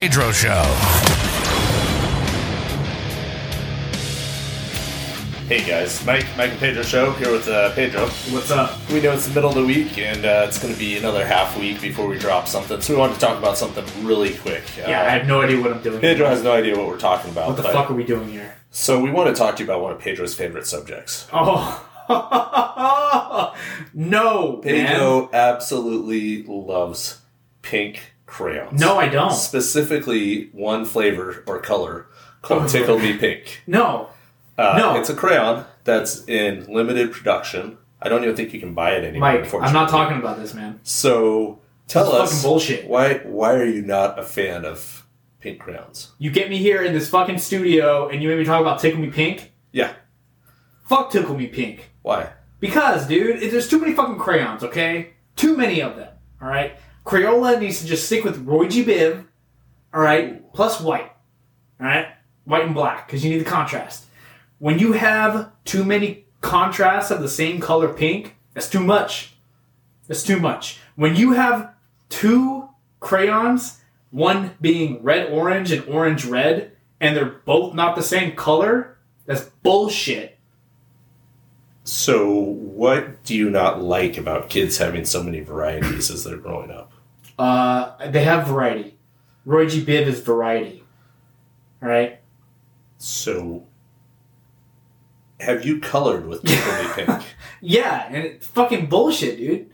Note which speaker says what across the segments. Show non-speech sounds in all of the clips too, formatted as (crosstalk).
Speaker 1: Pedro Show.
Speaker 2: Hey guys, Mike, Mike and Pedro show here with uh, Pedro.
Speaker 3: What's up?
Speaker 2: We know it's the middle of the week, and uh, it's going to be another half week before we drop something. So we wanted to talk about something really quick. Uh,
Speaker 3: Yeah, I have no idea what I'm doing.
Speaker 2: Pedro has no idea what we're talking about.
Speaker 3: what the
Speaker 2: but-
Speaker 3: fuck are we doing here?
Speaker 2: So we want to talk to you about one of Pedro's favorite subjects.
Speaker 3: Oh, (laughs) no, man.
Speaker 2: Pedro absolutely loves pink crayons.
Speaker 3: No, I don't.
Speaker 2: specifically one flavor or color called Tickle Me Pink.
Speaker 3: No,
Speaker 2: Uh,
Speaker 3: Oh, No.
Speaker 2: it's a crayon that's in limited production. I don't even think you can buy it anymore.
Speaker 3: Mike, I'm not
Speaker 2: unfortunately.
Speaker 3: talking about this, man.
Speaker 2: So tell
Speaker 3: This is
Speaker 2: us
Speaker 3: fucking bullshit.
Speaker 2: Why why are you not a fan of pink crayons?
Speaker 3: You get me here in this fucking studio, and you made me talk about Tickle Me Pink.
Speaker 2: Yeah.
Speaker 3: Fuck Tickle Me Pink.
Speaker 2: Why?
Speaker 3: Because, dude, it- there's too many fucking crayons, okay? Too many of them, alright? Crayola needs to just stick with Roy G. Biv, alright? Plus white, alright? White and black, because you need the contrast. When you have too many contrasts of the same color pink, that's too much. That's too much. When you have two crayons, one being red orange and orange red, and they're both not the same color, that's bullshit.
Speaker 2: So what do you not like about kids having so many varieties as they're growing up?
Speaker 3: Uh, they have variety. Roy G. Biv is variety. All right.
Speaker 2: So have you colored
Speaker 3: (laughs)
Speaker 2: with tickle me pink?
Speaker 3: Yeah, and it's fucking bullshit, dude.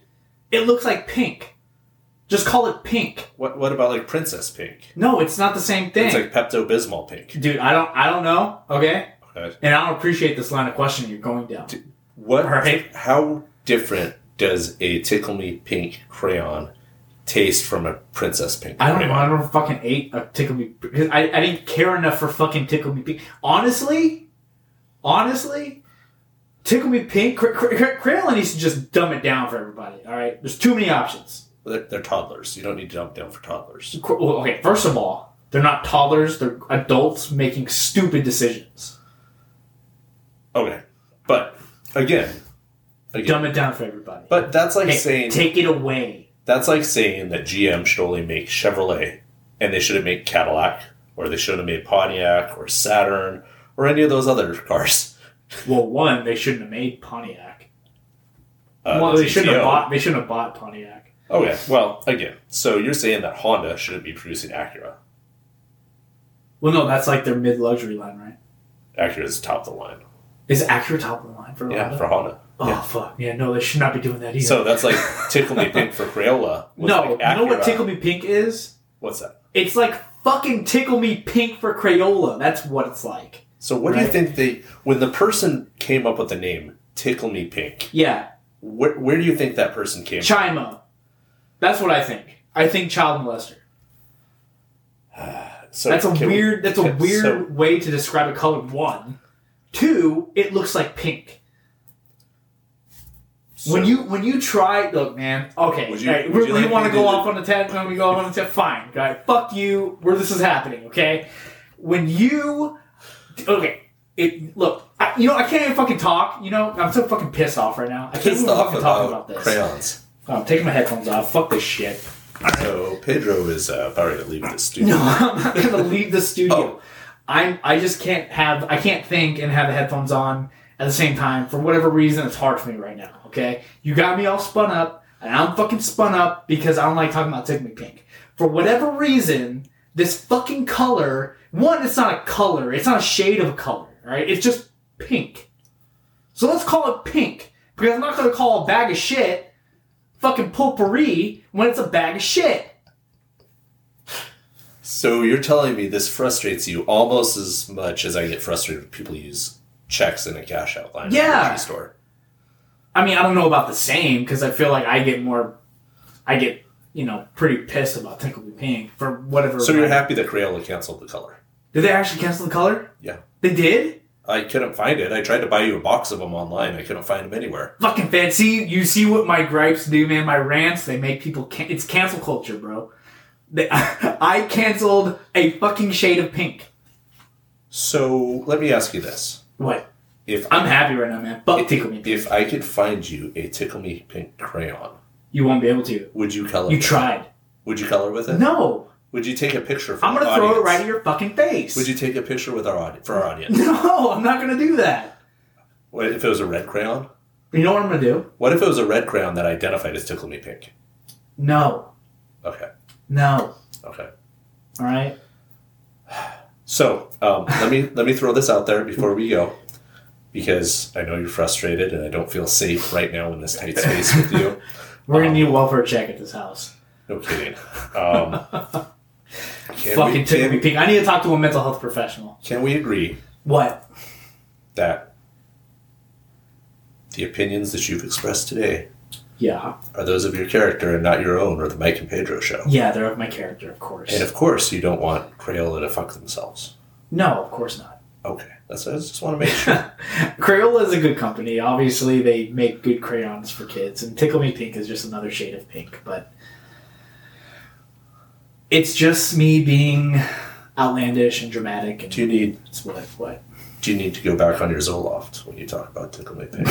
Speaker 3: It looks like pink. Just call it pink.
Speaker 2: What what about like princess pink?
Speaker 3: No, it's not the same thing,
Speaker 2: It's like Pepto Bismol pink.
Speaker 3: dude. I don't. I don't know. Okay.
Speaker 2: Okay.
Speaker 3: And I don't appreciate this line of questioning you're going down.
Speaker 2: What?
Speaker 3: Right.
Speaker 2: How different does a tickle me pink crayon taste from a princess pink?
Speaker 3: I don't.
Speaker 2: crayon?
Speaker 3: know. I never fucking ate a tickle me. Because I, I didn't care enough for fucking tickle me pink. Honestly, honestly, tickle me pink. Cr- cr- cr- Crayola needs to just dumb it down for everybody. All right. There's too many options.
Speaker 2: They're, they're toddlers. You don't need to dump down for toddlers.
Speaker 3: Qu- well, okay, first of all, they're not toddlers, they're adults making stupid decisions.
Speaker 2: Okay, but again, again,
Speaker 3: Dumb it down for everybody.
Speaker 2: but that's like
Speaker 3: Hey,
Speaker 2: saying
Speaker 3: take it away.
Speaker 2: that's like saying that GM should only make Chevrolet, and they shouldn't make Cadillac, or they shouldn't have made Pontiac or Saturn or any of those other cars.
Speaker 3: Well, one, they shouldn't have made Pontiac.
Speaker 2: Uh,
Speaker 3: well,
Speaker 2: the
Speaker 3: they shouldn't have
Speaker 2: GTO.
Speaker 3: bought. They shouldn't have bought Pontiac.
Speaker 2: Okay, Oh, well, again, so you're saying that Honda shouldn't be producing Acura.
Speaker 3: Well, no, that's like their mid luxury line, right?
Speaker 2: Acura is top of the line.
Speaker 3: Is Acura top of the line for
Speaker 2: Yeah,
Speaker 3: Honda?
Speaker 2: for Honda.
Speaker 3: oh fuck, yeah, no, they should not be doing that either.
Speaker 2: So that's like tickle me pink for Crayola. was
Speaker 3: no,
Speaker 2: like
Speaker 3: you know what
Speaker 2: Acura.
Speaker 3: Tickle Me Pink is?
Speaker 2: What's that?
Speaker 3: It's like fucking Tickle Me Pink for Crayola. That's what it's like.
Speaker 2: So what
Speaker 3: Right.
Speaker 2: do you think they when the person came up with the name Tickle Me Pink?
Speaker 3: Yeah,
Speaker 2: Where, where do you think that person came? from?
Speaker 3: Chimo. That's what I think. I think child molester.
Speaker 2: So
Speaker 3: that's a
Speaker 2: can we-
Speaker 3: weird. that's a
Speaker 2: can-
Speaker 3: weird
Speaker 2: (laughs) so-
Speaker 3: way to describe a color. One, two. It looks like pink.
Speaker 2: so-
Speaker 3: when you when you try, look, man. Okay,
Speaker 2: Would you-
Speaker 3: all right,
Speaker 2: would
Speaker 3: we-
Speaker 2: you
Speaker 3: we
Speaker 2: like
Speaker 3: want
Speaker 2: me
Speaker 3: to
Speaker 2: to
Speaker 3: go
Speaker 2: do
Speaker 3: off
Speaker 2: the-
Speaker 3: on a tangent. When we go off on a tangent, fine, guy. Fuck you. Where this is happening, okay? When you, okay. It look. I, you know, I can't even fucking talk. You know, I'm so fucking pissed off right now. I can't even
Speaker 2: pissed off
Speaker 3: fucking talk
Speaker 2: about,
Speaker 3: about this.
Speaker 2: crayons.
Speaker 3: Oh, I'm taking my headphones off. Fuck this shit.
Speaker 2: So Pedro is uh, about ready to leave
Speaker 3: (laughs)
Speaker 2: the studio.
Speaker 3: No, I'm not gonna leave the studio.
Speaker 2: Oh.
Speaker 3: I'm I just can't have I can't think and have the headphones on at the same time. For whatever reason, it's hard for me right now. Okay, you got me all spun up, and I'm fucking spun up because I don't like talking about Tick Me Pink. For whatever reason, this fucking color. One, it's not a color. It's not a shade of a color. Right? It's just pink. So let's call it pink because I'm not gonna call a bag of shit fucking potpourri when it's a bag of shit.
Speaker 2: So you're telling me this frustrates you almost as much as I get frustrated when people use checks in a cash out line at
Speaker 3: Yeah.
Speaker 2: a grocery store.
Speaker 3: I mean, I don't know about the same because I feel like I get more, I get you know pretty pissed about Tickle Me Pink for whatever.
Speaker 2: So you're happy that Crayola canceled the color?
Speaker 3: Did they actually cancel the color?
Speaker 2: Yeah.
Speaker 3: They did.
Speaker 2: I couldn't find it. I tried to buy you a box of them online. I couldn't find them anywhere.
Speaker 3: Fucking fancy. You see what my gripes do, man? My rants. They make people. Can- it's cancel culture, bro. They- (laughs) I canceled a fucking shade of pink.
Speaker 2: So let me ask you this:
Speaker 3: What?
Speaker 2: If
Speaker 3: I'm happy right now, man. Fuck Tickle Me Pink.
Speaker 2: if I could find you a tickle me pink crayon,
Speaker 3: You won't be able to.
Speaker 2: would you color?
Speaker 3: You
Speaker 2: with it?
Speaker 3: tried.
Speaker 2: Would you color with it?
Speaker 3: No.
Speaker 2: Would you take a picture for
Speaker 3: I'm
Speaker 2: our
Speaker 3: gonna throw it
Speaker 2: audience?
Speaker 3: right in your fucking face.
Speaker 2: Would you take a picture with our audi- for our audience?
Speaker 3: (laughs) No, I'm not gonna do that.
Speaker 2: what if it was a red crayon?
Speaker 3: You know what I'm gonna do?
Speaker 2: What if it was a red crayon that identified as Tickle Me Pink?
Speaker 3: No,
Speaker 2: Okay,
Speaker 3: no.
Speaker 2: okay.
Speaker 3: All right.
Speaker 2: So um, (laughs) let me let me throw this out there before we go, because I know you're frustrated and I don't feel safe right now in this tight space with you.
Speaker 3: We're gonna need a welfare check at this house.
Speaker 2: No kidding. Um, can
Speaker 3: Fucking
Speaker 2: we,
Speaker 3: tickle me
Speaker 2: can,
Speaker 3: pink. I need to talk to a mental health professional.
Speaker 2: can we agree
Speaker 3: What?
Speaker 2: that the opinions that you've expressed today
Speaker 3: Yeah.
Speaker 2: are those of your character and not your own or the Mike and Pedro show?
Speaker 3: Yeah, they're of my character, of course.
Speaker 2: And of course, you don't want Crayola to fuck themselves.
Speaker 3: no, of course not.
Speaker 2: Okay, that's I just want to make sure.
Speaker 3: Crayola is a good company. Obviously, they make good crayons for kids, and Tickle Me Pink is just another shade of pink. But it's just me being outlandish and dramatic, and
Speaker 2: do you need
Speaker 3: it's what what. (laughs)
Speaker 2: do you need to go back on your Zoloft when you talk about Tickle Me Pink?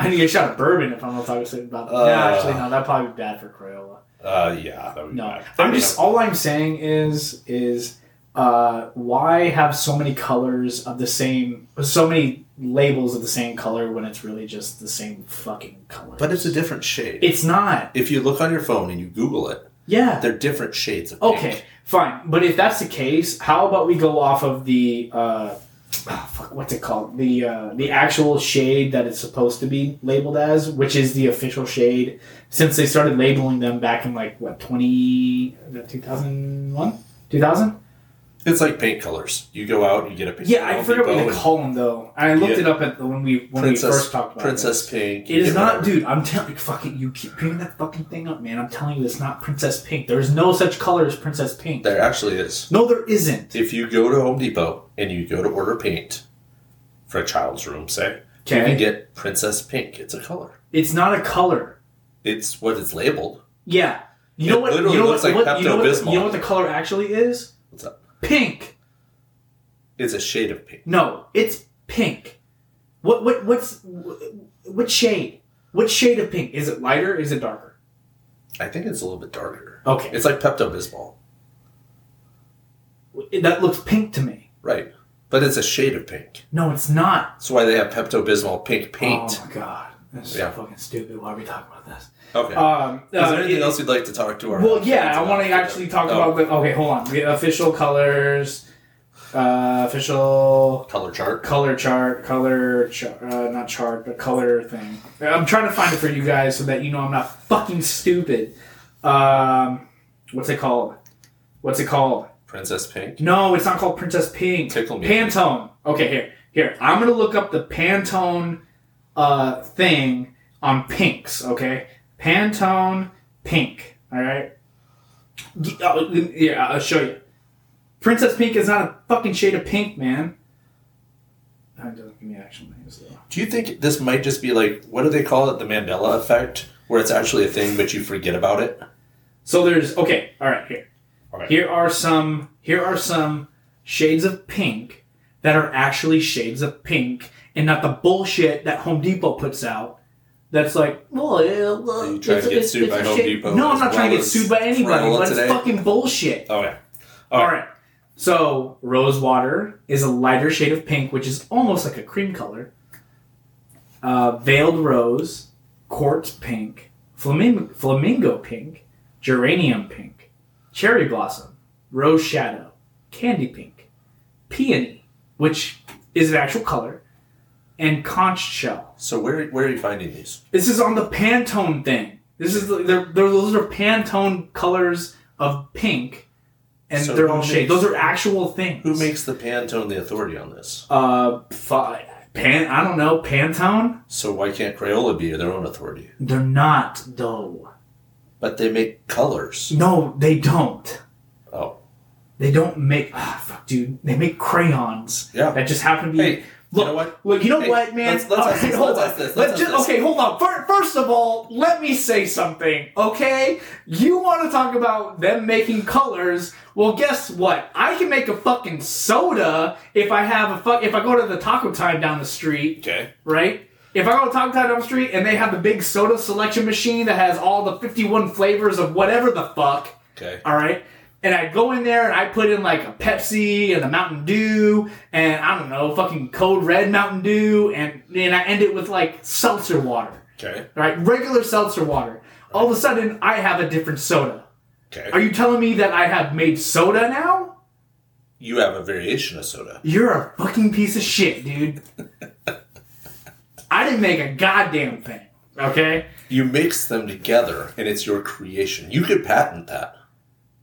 Speaker 3: I need to get a shot of bourbon if I'm not talking about that.
Speaker 2: Uh.
Speaker 3: no, actually, no, that'd probably be bad for Crayola.
Speaker 2: Uh, yeah, that would be
Speaker 3: No,
Speaker 2: bad.
Speaker 3: I'm just all I'm saying is is uh, why have so many colors of the same, so many labels of the same color when it's really just the same fucking color?
Speaker 2: But it's a different shade.
Speaker 3: It's not.
Speaker 2: if you look on your phone and you Google it,
Speaker 3: Yeah.
Speaker 2: they're different shades of pink.
Speaker 3: Okay. Fine. But if that's the case, how about we go off of the uh, ah, fuck, what's it called? The uh, the actual shade that it's supposed to be labeled as, which is the official shade since they started labeling them back in like what 20 2001 2000
Speaker 2: It's like paint colors. You go out, you get a pink.
Speaker 3: yeah i
Speaker 2: Home
Speaker 3: forget what
Speaker 2: Depot
Speaker 3: they
Speaker 2: and
Speaker 3: call them though i looked
Speaker 2: Yeah.
Speaker 3: it up at the, when we when
Speaker 2: Princess,
Speaker 3: we first talked about it.
Speaker 2: Princess Pink. you
Speaker 3: It is
Speaker 2: get
Speaker 3: not,
Speaker 2: whatever.
Speaker 3: dude. I'm telling you, fucking, you keep bringing that fucking thing up, man. I'm telling you, it's not Princess Pink. There's no such color as Princess Pink.
Speaker 2: There actually is.
Speaker 3: No, there isn't.
Speaker 2: If you go to Home Depot and you go to order paint for a child's room, say, you
Speaker 3: Okay.
Speaker 2: can get Princess Pink. It's a color.
Speaker 3: It's not a color.
Speaker 2: It's what it's labeled.
Speaker 3: Yeah. You
Speaker 2: It
Speaker 3: know what?
Speaker 2: literally
Speaker 3: you know
Speaker 2: looks
Speaker 3: what,
Speaker 2: like
Speaker 3: what- you know what the,
Speaker 2: Pepto-Bismol.
Speaker 3: you know what the color actually is?
Speaker 2: What's up?
Speaker 3: Pink.
Speaker 2: It's a shade of pink.
Speaker 3: No, it's pink. What? What? What's? wh- What shade? What shade of pink? Is it lighter? Is it darker?
Speaker 2: I think it's a little bit darker.
Speaker 3: Okay.
Speaker 2: It's like Pepto Bismol,
Speaker 3: that looks pink to me.
Speaker 2: right? But it's a shade of pink.
Speaker 3: No, it's not.
Speaker 2: That's why they have Pepto Bismol pink paint.
Speaker 3: Oh my god. This is
Speaker 2: Yeah.
Speaker 3: so fucking stupid. Why are we talking about this?
Speaker 2: okay.
Speaker 3: Um,
Speaker 2: Is
Speaker 3: uh,
Speaker 2: there anything
Speaker 3: it-
Speaker 2: else you'd like to talk to our?
Speaker 3: Well, yeah, I
Speaker 2: fans
Speaker 3: want to
Speaker 2: about?
Speaker 3: actually talk
Speaker 2: Oh,
Speaker 3: about the. Okay, hold on. We have official colors, uh, official
Speaker 2: color chart.
Speaker 3: color chart, color chart, uh, not chart, but color thing. I'm trying to find it for you guys so that you know I'm not fucking stupid. Um, what's it called? What's it called?
Speaker 2: Princess Pink.
Speaker 3: No, it's not called Princess Pink.
Speaker 2: Tickle me.
Speaker 3: Pantone. Okay, here, here. I'm gonna look up the Pantone uh, thing on pinks. Okay, Pantone pink. All right. G- oh, yeah, I'll show you. Princess Pink is not a fucking shade of pink, man. That doesn't give me actual names though.
Speaker 2: Do you think this might just be like what do they call it? The Mandela effect, where it's actually a thing, but you forget about it.
Speaker 3: So there's okay, all right, here.
Speaker 2: All right.
Speaker 3: Here are some here are some shades of pink that are actually shades of pink and not the bullshit that Home Depot puts out. That's like, well, yeah, well,
Speaker 2: you trying
Speaker 3: it's
Speaker 2: to
Speaker 3: a-
Speaker 2: get sued
Speaker 3: it's a
Speaker 2: by Home
Speaker 3: shade-
Speaker 2: Depot
Speaker 3: No, I'm
Speaker 2: as
Speaker 3: not trying
Speaker 2: well
Speaker 3: to get
Speaker 2: as
Speaker 3: sued by anybody.
Speaker 2: Crayola
Speaker 3: But it's
Speaker 2: today?
Speaker 3: fucking bullshit.
Speaker 2: Oh yeah.
Speaker 3: All right. So Rosewater is a lighter shade of pink, which is almost like a cream color. Uh, veiled Rose, Quartz Pink, flamingo, flamingo Pink, Geranium Pink, Cherry Blossom, Rose Shadow, Candy Pink, Peony, which is an actual color, and Conch Shell.
Speaker 2: So where where are you finding these?
Speaker 3: This is on the Pantone thing. This is the, they're, they're- those are Pantone colors of pink, and
Speaker 2: So
Speaker 3: their
Speaker 2: who
Speaker 3: own
Speaker 2: makes-
Speaker 3: shade. Those are actual things.
Speaker 2: Who makes the Pantone the authority on this?
Speaker 3: uh fi- pan? I don't know Pantone.
Speaker 2: So why can't Crayola be their own authority?
Speaker 3: They're not though.
Speaker 2: But they make colors.
Speaker 3: No, they don't.
Speaker 2: Oh,
Speaker 3: They don't make. Ah, fuck, dude. They make crayons.
Speaker 2: Yeah.
Speaker 3: That just happen to be.
Speaker 2: Hey,
Speaker 3: look,
Speaker 2: you know what?
Speaker 3: Look, you know
Speaker 2: Hey,
Speaker 3: what, man?
Speaker 2: let's- let's
Speaker 3: All
Speaker 2: ask this,
Speaker 3: hold
Speaker 2: let's
Speaker 3: on.
Speaker 2: ask this, let's
Speaker 3: Let's
Speaker 2: ask
Speaker 3: just,
Speaker 2: this.
Speaker 3: okay, hold on. Fir- First of all, let me say something, okay? You want to talk about them making colors? Well, guess what? I can make a fucking soda if I have a fuck. If I go to the Taco Time down the street,
Speaker 2: okay.
Speaker 3: right? If I go to Taco Time down the street and they have the big soda selection machine that has all the 51 flavors of whatever the fuck,
Speaker 2: Okay.
Speaker 3: All right. And I go in there and I put in like a Pepsi and a Mountain Dew and I don't know, fucking Code Red Mountain Dew and and I end it with like seltzer water.
Speaker 2: Okay.
Speaker 3: Right? Regular seltzer water. All of a sudden I have a different soda.
Speaker 2: Okay.
Speaker 3: Are you telling me that I have made soda now?
Speaker 2: you have a variation of soda.
Speaker 3: You're a fucking piece of shit, dude. I didn't make a goddamn thing. Okay?
Speaker 2: You mix them together, and it's your creation. You could patent that.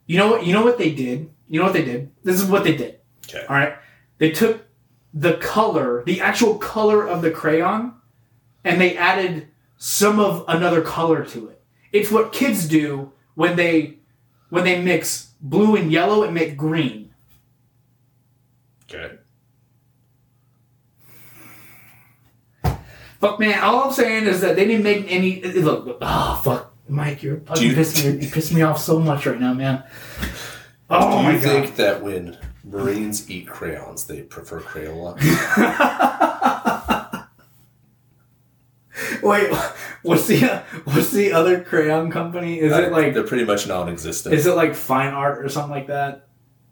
Speaker 3: You know what you know what they did? You know what they did? This is what they did.
Speaker 2: Okay.
Speaker 3: All right. They took the color, the actual color of the crayon, and they added some of another color to it. It's what kids do when they when they mix blue and yellow and make green.
Speaker 2: Okay.
Speaker 3: Fuck man, all I'm saying is that they didn't make any look ah fuck Mike, you're fucking
Speaker 2: you-
Speaker 3: pissing me, you piss me off so much right now, man. Oh
Speaker 2: Do
Speaker 3: my
Speaker 2: you
Speaker 3: god.
Speaker 2: think that when Marines eat crayons, they prefer
Speaker 3: (laughs)
Speaker 2: Crayola?
Speaker 3: Wait, what's the what's the other crayon company? Is it like
Speaker 2: they're pretty much non-existent?
Speaker 3: is it like fine art or something like that?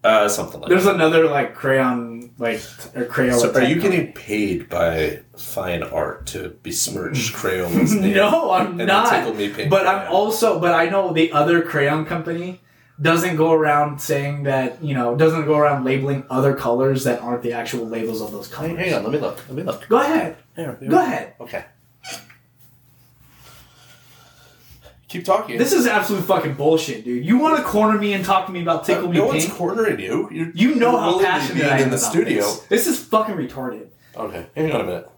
Speaker 2: uh, something like
Speaker 3: There's
Speaker 2: that.
Speaker 3: another like crayon, like or Crayola.
Speaker 2: So are you
Speaker 3: type
Speaker 2: getting paid by fine art to
Speaker 3: (laughs)
Speaker 2: besmirch Crayola's
Speaker 3: company.
Speaker 2: name?
Speaker 3: No, I'm
Speaker 2: the Tickle
Speaker 3: not.
Speaker 2: Me Pink
Speaker 3: But I'm
Speaker 2: brand?
Speaker 3: also, but I know the other crayon company doesn't go around saying that you know doesn't go around labeling other colors that aren't the actual labels of those colors.
Speaker 2: Hang on, let me look. Let me look.
Speaker 3: Go ahead.
Speaker 2: Here, here.
Speaker 3: Go ahead.
Speaker 2: Okay. Keep talking.
Speaker 3: This is absolute fucking bullshit, dude. You want to corner me and talk to me about tickle me
Speaker 2: Uh, no one's
Speaker 3: pink?
Speaker 2: cornering you. You're,
Speaker 3: you know
Speaker 2: you're
Speaker 3: how
Speaker 2: willingly
Speaker 3: passionate
Speaker 2: being
Speaker 3: I am
Speaker 2: in the
Speaker 3: about
Speaker 2: studio.
Speaker 3: This. this is fucking retarded.
Speaker 2: Okay, hang on a minute.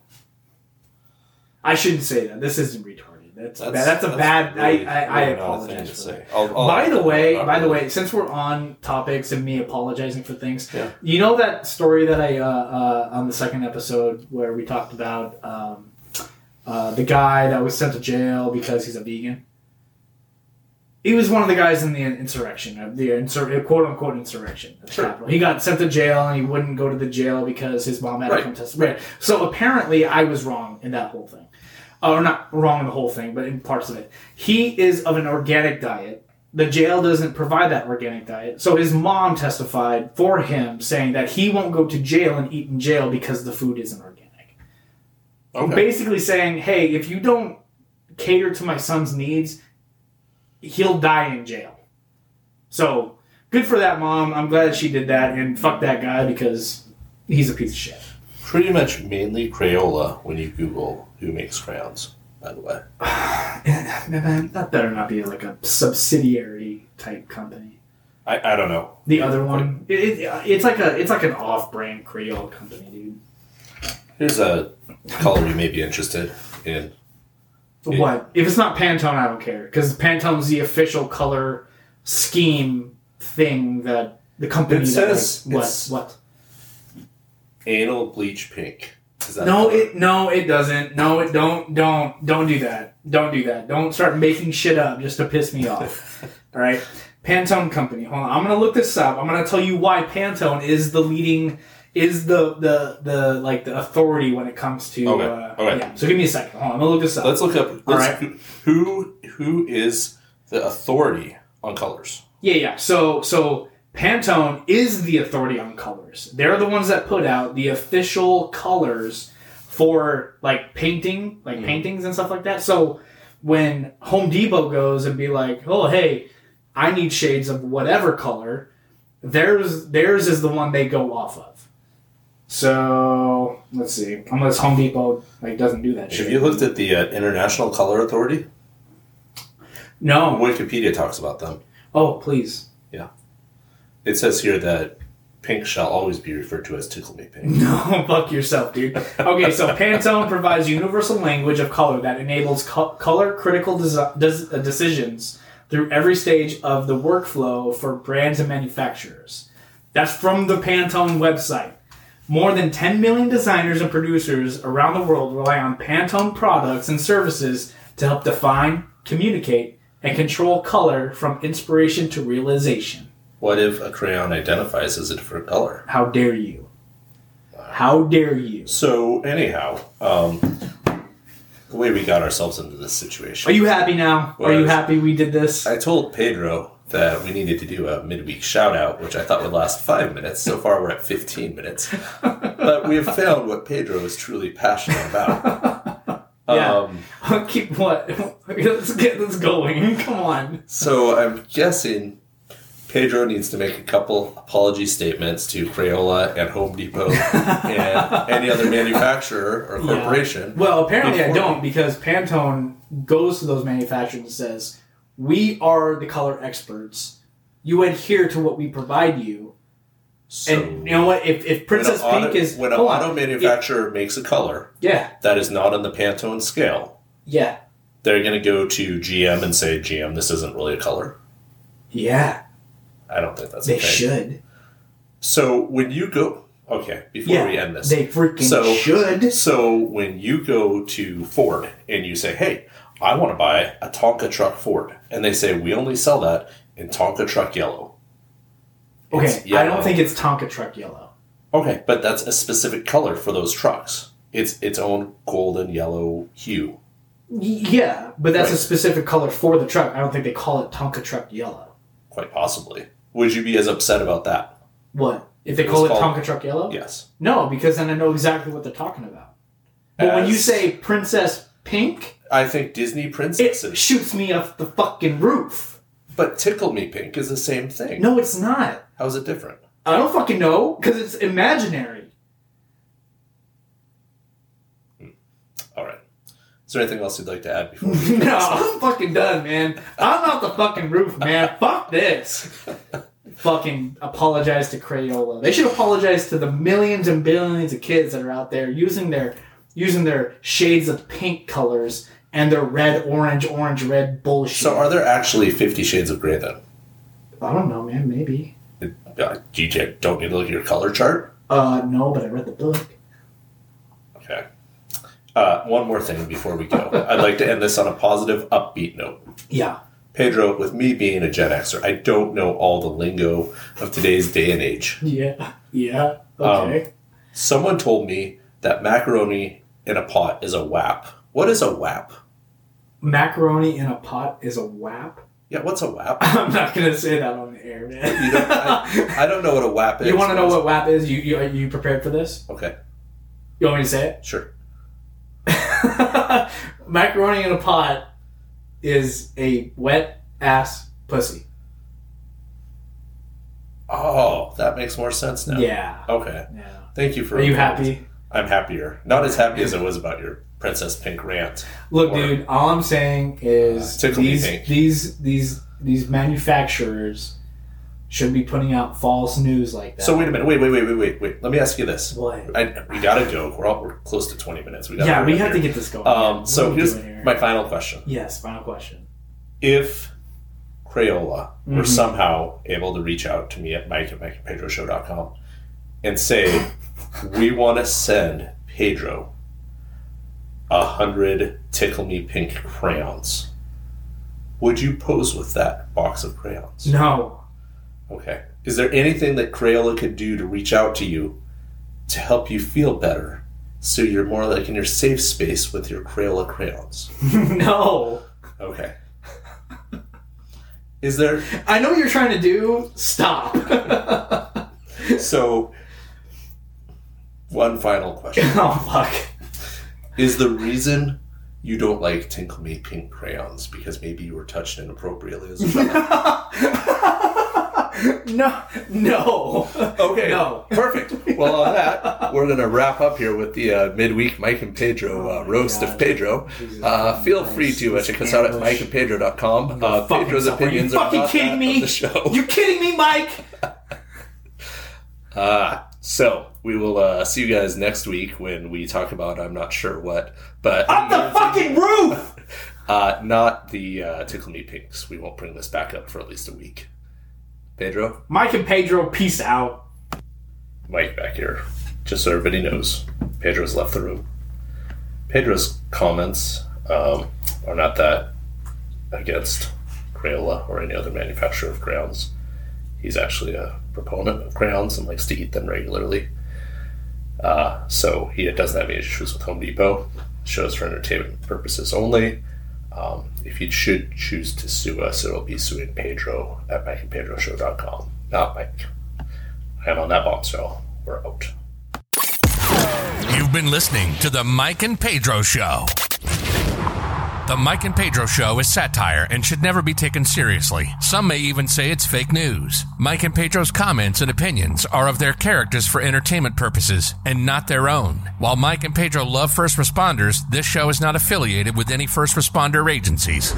Speaker 3: I shouldn't say that. This isn't retarded. That's that's,
Speaker 2: That's,
Speaker 3: that's a bad.
Speaker 2: really-
Speaker 3: I I, I
Speaker 2: really not a thing
Speaker 3: apologize.
Speaker 2: to
Speaker 3: for
Speaker 2: say.
Speaker 3: that.
Speaker 2: I'll- I'll-
Speaker 3: by the way,
Speaker 2: I'll-
Speaker 3: by the way, since we're on topics and me apologizing for things,
Speaker 2: Yeah.
Speaker 3: you know that story that I uh, uh, on the second episode where we talked about um, uh, the guy that was sent to jail because he's a vegan. He was one of the guys in the insurrection, uh, the insur- quote unquote insurrection. at the
Speaker 2: Sure.
Speaker 3: Capitol. He got sent to jail and he wouldn't go to the jail because his mom had
Speaker 2: Right.
Speaker 3: to come test. Right. So apparently, I was wrong in that whole thing. Uh, or not wrong in the whole thing, but in parts of it. He is of an organic diet the jail doesn't provide that organic diet. So his mom testified for him, saying that he won't go to jail and eat in jail because the food isn't organic.
Speaker 2: okay.
Speaker 3: Basically saying, hey, if you don't cater to my son's needs, he'll die in jail. So good for that mom. I'm glad she did that, and fuck that guy because he's a piece of shit.
Speaker 2: pretty much mainly Crayola when you Google who makes crayons. By the way,
Speaker 3: that better not be like a subsidiary type company.
Speaker 2: I, I don't know.
Speaker 3: The other one, it, it, it's like a it's like an off-brand Creole company, dude.
Speaker 2: Here's a color you may be interested in. Yeah.
Speaker 3: What? If it's not Pantone, I don't care because Pantone's the official color scheme thing that the company
Speaker 2: It
Speaker 3: that, like,
Speaker 2: says it's-
Speaker 3: what
Speaker 2: Anal bleach pink. Is that
Speaker 3: what. No, it no, it doesn't. No, it don't don't don't do that. Don't do that. Don't start making shit up just to piss
Speaker 2: (laughs)
Speaker 3: me off. All right, Pantone company. Hold on, I'm gonna look this up. I'm gonna tell you why Pantone is the leading is the the the like the authority when it comes to
Speaker 2: Okay,
Speaker 3: uh,
Speaker 2: okay.
Speaker 3: yeah. So give me a second. Hold on, I'm gonna look this up.
Speaker 2: Let's look up.
Speaker 3: All
Speaker 2: Let's, Who who is the authority on colors?
Speaker 3: Yeah, yeah. So so Pantone is the authority on colors. They're the ones that put out the official colors for like painting, like paintings and stuff like that. So when Home Depot goes and be like, "Oh, hey, I need shades of whatever color," theirs theirs is the one they go off of. So let's see, unless Home Depot like doesn't do that.
Speaker 2: Have
Speaker 3: shit.
Speaker 2: you looked at the uh, International Color Authority?
Speaker 3: No.
Speaker 2: Wikipedia talks about them.
Speaker 3: Oh, please.
Speaker 2: It says here that pink shall always be referred to as tickle me pink.
Speaker 3: No, (laughs) fuck yourself, dude. Okay, so Pantone provides universal language of color that enables co- color critical desi- des- uh, decisions through every stage of the workflow for brands and manufacturers. That's from the Pantone website. More than 10 million designers and producers around the world rely on Pantone products and services to help define, communicate, and control color from inspiration to realization.
Speaker 2: What if a crayon identifies as a different color?
Speaker 3: How dare you? How dare you?
Speaker 2: So anyhow, um, the way we got ourselves into this situation,
Speaker 3: Are you happy now? Are you
Speaker 2: Was.
Speaker 3: happy we did this?
Speaker 2: I told Pedro that we needed to do a midweek shout out, which I thought would last five minutes. So far, we're at 15 minutes. But we have found what Pedro is truly passionate about.
Speaker 3: Yeah. (laughs)
Speaker 2: Um,
Speaker 3: Keep what? (laughs) let's get this going. (laughs) Come on.
Speaker 2: so I'm guessing Pedro needs to make a couple apology statements to Crayola and Home
Speaker 3: (laughs)
Speaker 2: Depot and any other manufacturer or corporation.
Speaker 3: Well, apparently I
Speaker 2: Before-
Speaker 3: don't because Pantone goes to those manufacturers and says, "We are the color experts. You adhere to what we provide you."
Speaker 2: So
Speaker 3: And you know what? If, if
Speaker 2: when an
Speaker 3: Princess
Speaker 2: auto-
Speaker 3: Pink is
Speaker 2: when an
Speaker 3: hold on.
Speaker 2: auto manufacturer makes a color
Speaker 3: yeah,
Speaker 2: that is not on the Pantone scale,
Speaker 3: yeah,
Speaker 2: they're going to go to GM and say, "GM, this isn't really a color."
Speaker 3: yeah,
Speaker 2: I don't think that's
Speaker 3: they
Speaker 2: okay.
Speaker 3: should.
Speaker 2: So when you go, okay, before
Speaker 3: Yeah,
Speaker 2: we end this,
Speaker 3: they freaking
Speaker 2: So-
Speaker 3: should.
Speaker 2: so when you go to Ford and you say, "Hey, I want to buy a Tonka truck Ford," and they say, "We only sell that in Tonka truck yellow."
Speaker 3: Okay,
Speaker 2: It's
Speaker 3: I
Speaker 2: yellow.
Speaker 3: don't think it's Tonka truck yellow.
Speaker 2: Okay, but that's a specific color for those trucks. It's its own golden yellow hue.
Speaker 3: Y- Yeah, but that's a
Speaker 2: Right.
Speaker 3: specific color for the truck. I don't think they call it Tonka truck yellow.
Speaker 2: Quite possibly. Would you be as upset about that?
Speaker 3: What if they
Speaker 2: It
Speaker 3: call it
Speaker 2: was called-
Speaker 3: Tonka truck yellow?
Speaker 2: Yes.
Speaker 3: No, because then I know exactly what they're talking about. But when you
Speaker 2: As-
Speaker 3: say Princess Pink,
Speaker 2: I think Disney
Speaker 3: it
Speaker 2: princesses.
Speaker 3: shoots me off the fucking roof.
Speaker 2: but Tickle Me Pink is the same thing.
Speaker 3: No, it's not.
Speaker 2: How's it different?
Speaker 3: I don't fucking know because it's imaginary.
Speaker 2: All right. Is there anything else you'd like to add before?
Speaker 3: (laughs)
Speaker 2: we-
Speaker 3: No, I'm fucking done, man. I'm off the fucking roof, man. Fuck this. fucking apologize to Crayola. They should apologize to the millions and billions of kids that are out there using their using their shades of pink colors and their red, orange, orange, red bullshit.
Speaker 2: so, are there actually Fifty Shades of Grey then?
Speaker 3: I don't know, man. Maybe.
Speaker 2: Uh, DJ, don't need to look at your color chart.
Speaker 3: Uh, no, but I read the book.
Speaker 2: Okay. Uh, one more thing before we go.
Speaker 3: (laughs)
Speaker 2: I'd like to end this on a positive, upbeat note.
Speaker 3: Yeah.
Speaker 2: Pedro, with me being a Gen Xer, I don't know all the lingo of today's day and age.
Speaker 3: Yeah. Yeah.
Speaker 2: Um,
Speaker 3: Okay.
Speaker 2: Someone told me that macaroni in a pot is a wap. What is a wap?
Speaker 3: Macaroni in a pot is a wap.
Speaker 2: Yeah, what's a wap?
Speaker 3: (laughs) I'm not gonna say that on the air, man.
Speaker 2: You don't-
Speaker 3: (laughs)
Speaker 2: I don't know what a wap is.
Speaker 3: You want to know what WAP is? You, you are you prepared for this?
Speaker 2: Okay,
Speaker 3: You want me to say
Speaker 2: sure.
Speaker 3: it? (laughs) Macaroni in a pot is a wet ass pussy.
Speaker 2: Oh, that makes more sense now.
Speaker 3: Yeah.
Speaker 2: Okay.
Speaker 3: Yeah.
Speaker 2: Thank you for.
Speaker 3: Are you happy?
Speaker 2: I'm happier. Not as happy as I was about your Princess Pink rant.
Speaker 3: Look,
Speaker 2: Or- Uh,
Speaker 3: dude. All I'm saying is
Speaker 2: Tickle me
Speaker 3: these
Speaker 2: pink.
Speaker 3: these these these manufacturers should be putting out false news like that.
Speaker 2: So wait a minute. Wait, wait, wait, wait, wait, wait. Let me ask you this.
Speaker 3: what?
Speaker 2: I, we gotta go. We're all we're close to 20 minutes. We gotta
Speaker 3: Yeah, we have to
Speaker 2: here.
Speaker 3: get this going. What
Speaker 2: Um,
Speaker 3: are
Speaker 2: so
Speaker 3: we
Speaker 2: here's
Speaker 3: doing here?
Speaker 2: my final question:
Speaker 3: yes. Final question.
Speaker 2: If Crayola were
Speaker 3: Mhm.
Speaker 2: somehow able to reach out to me at Mike at MikeandPedroShow.com and
Speaker 3: (laughs)
Speaker 2: say, "We want to send Pedro a hundred Tickle Me Pink crayons," would you pose with that box of crayons?
Speaker 3: No. (laughs)
Speaker 2: Okay. Is there anything that Crayola could do to reach out to you to help you feel better so you're more like in your safe space with your Crayola crayons? (laughs)
Speaker 3: no.
Speaker 2: Okay. Is there
Speaker 3: I know what you're trying to do. Stop. (laughs)
Speaker 2: so one final question.
Speaker 3: oh
Speaker 2: Is the reason you don't like Tinkle Me Pink crayons because maybe you were touched inappropriately as a child?
Speaker 3: fuck. (laughs) no. No.
Speaker 2: Okay.
Speaker 3: No.
Speaker 2: (laughs) Perfect. Well, on that, we're going to wrap up here with the uh, midweek Mike and Pedro
Speaker 3: Oh
Speaker 2: uh,
Speaker 3: my
Speaker 2: roast
Speaker 3: God.
Speaker 2: of Pedro.
Speaker 3: Jesus
Speaker 2: Uh,
Speaker 3: fucking
Speaker 2: feel
Speaker 3: Christ.
Speaker 2: free to uh,
Speaker 3: This
Speaker 2: check us out at
Speaker 3: English.
Speaker 2: mikeandpedro.com. Uh,
Speaker 3: fucking
Speaker 2: Pedro's
Speaker 3: suck. Are you
Speaker 2: opinions
Speaker 3: fucking
Speaker 2: are not
Speaker 3: kidding
Speaker 2: that
Speaker 3: me?
Speaker 2: of the show.
Speaker 3: You kidding me, Mike?
Speaker 2: (laughs) Uh, so we will uh, see you guys next week when we talk about I'm not sure what, but
Speaker 3: Up the fucking roof.
Speaker 2: uh, not the uh, tickle me pinks. We won't bring this back up for at least a week. Pedro,
Speaker 3: Mike and Pedro, peace out.
Speaker 2: Mike back here, just so everybody knows, Pedro's left the room. Pedro's comments um, are not that against Crayola or any other manufacturer of crayons. He's actually a proponent of crayons and likes to eat them regularly. Uh, so he doesn't have any issues with Home Depot. Shows for entertainment purposes only. Um, if you should choose to sue us, it'll be sue and Pedro at MikeandPedroShow.com. Not Mike. I am on that bombshell. We're out.
Speaker 1: You've been listening to The Mike and Pedro Show. The Mike and Pedro Show is satire and should never be taken seriously. Some may even say it's fake news. Mike and Pedro's comments and opinions are of their characters for entertainment purposes and not their own. While Mike and Pedro love first responders, this show is not affiliated with any first responder agencies.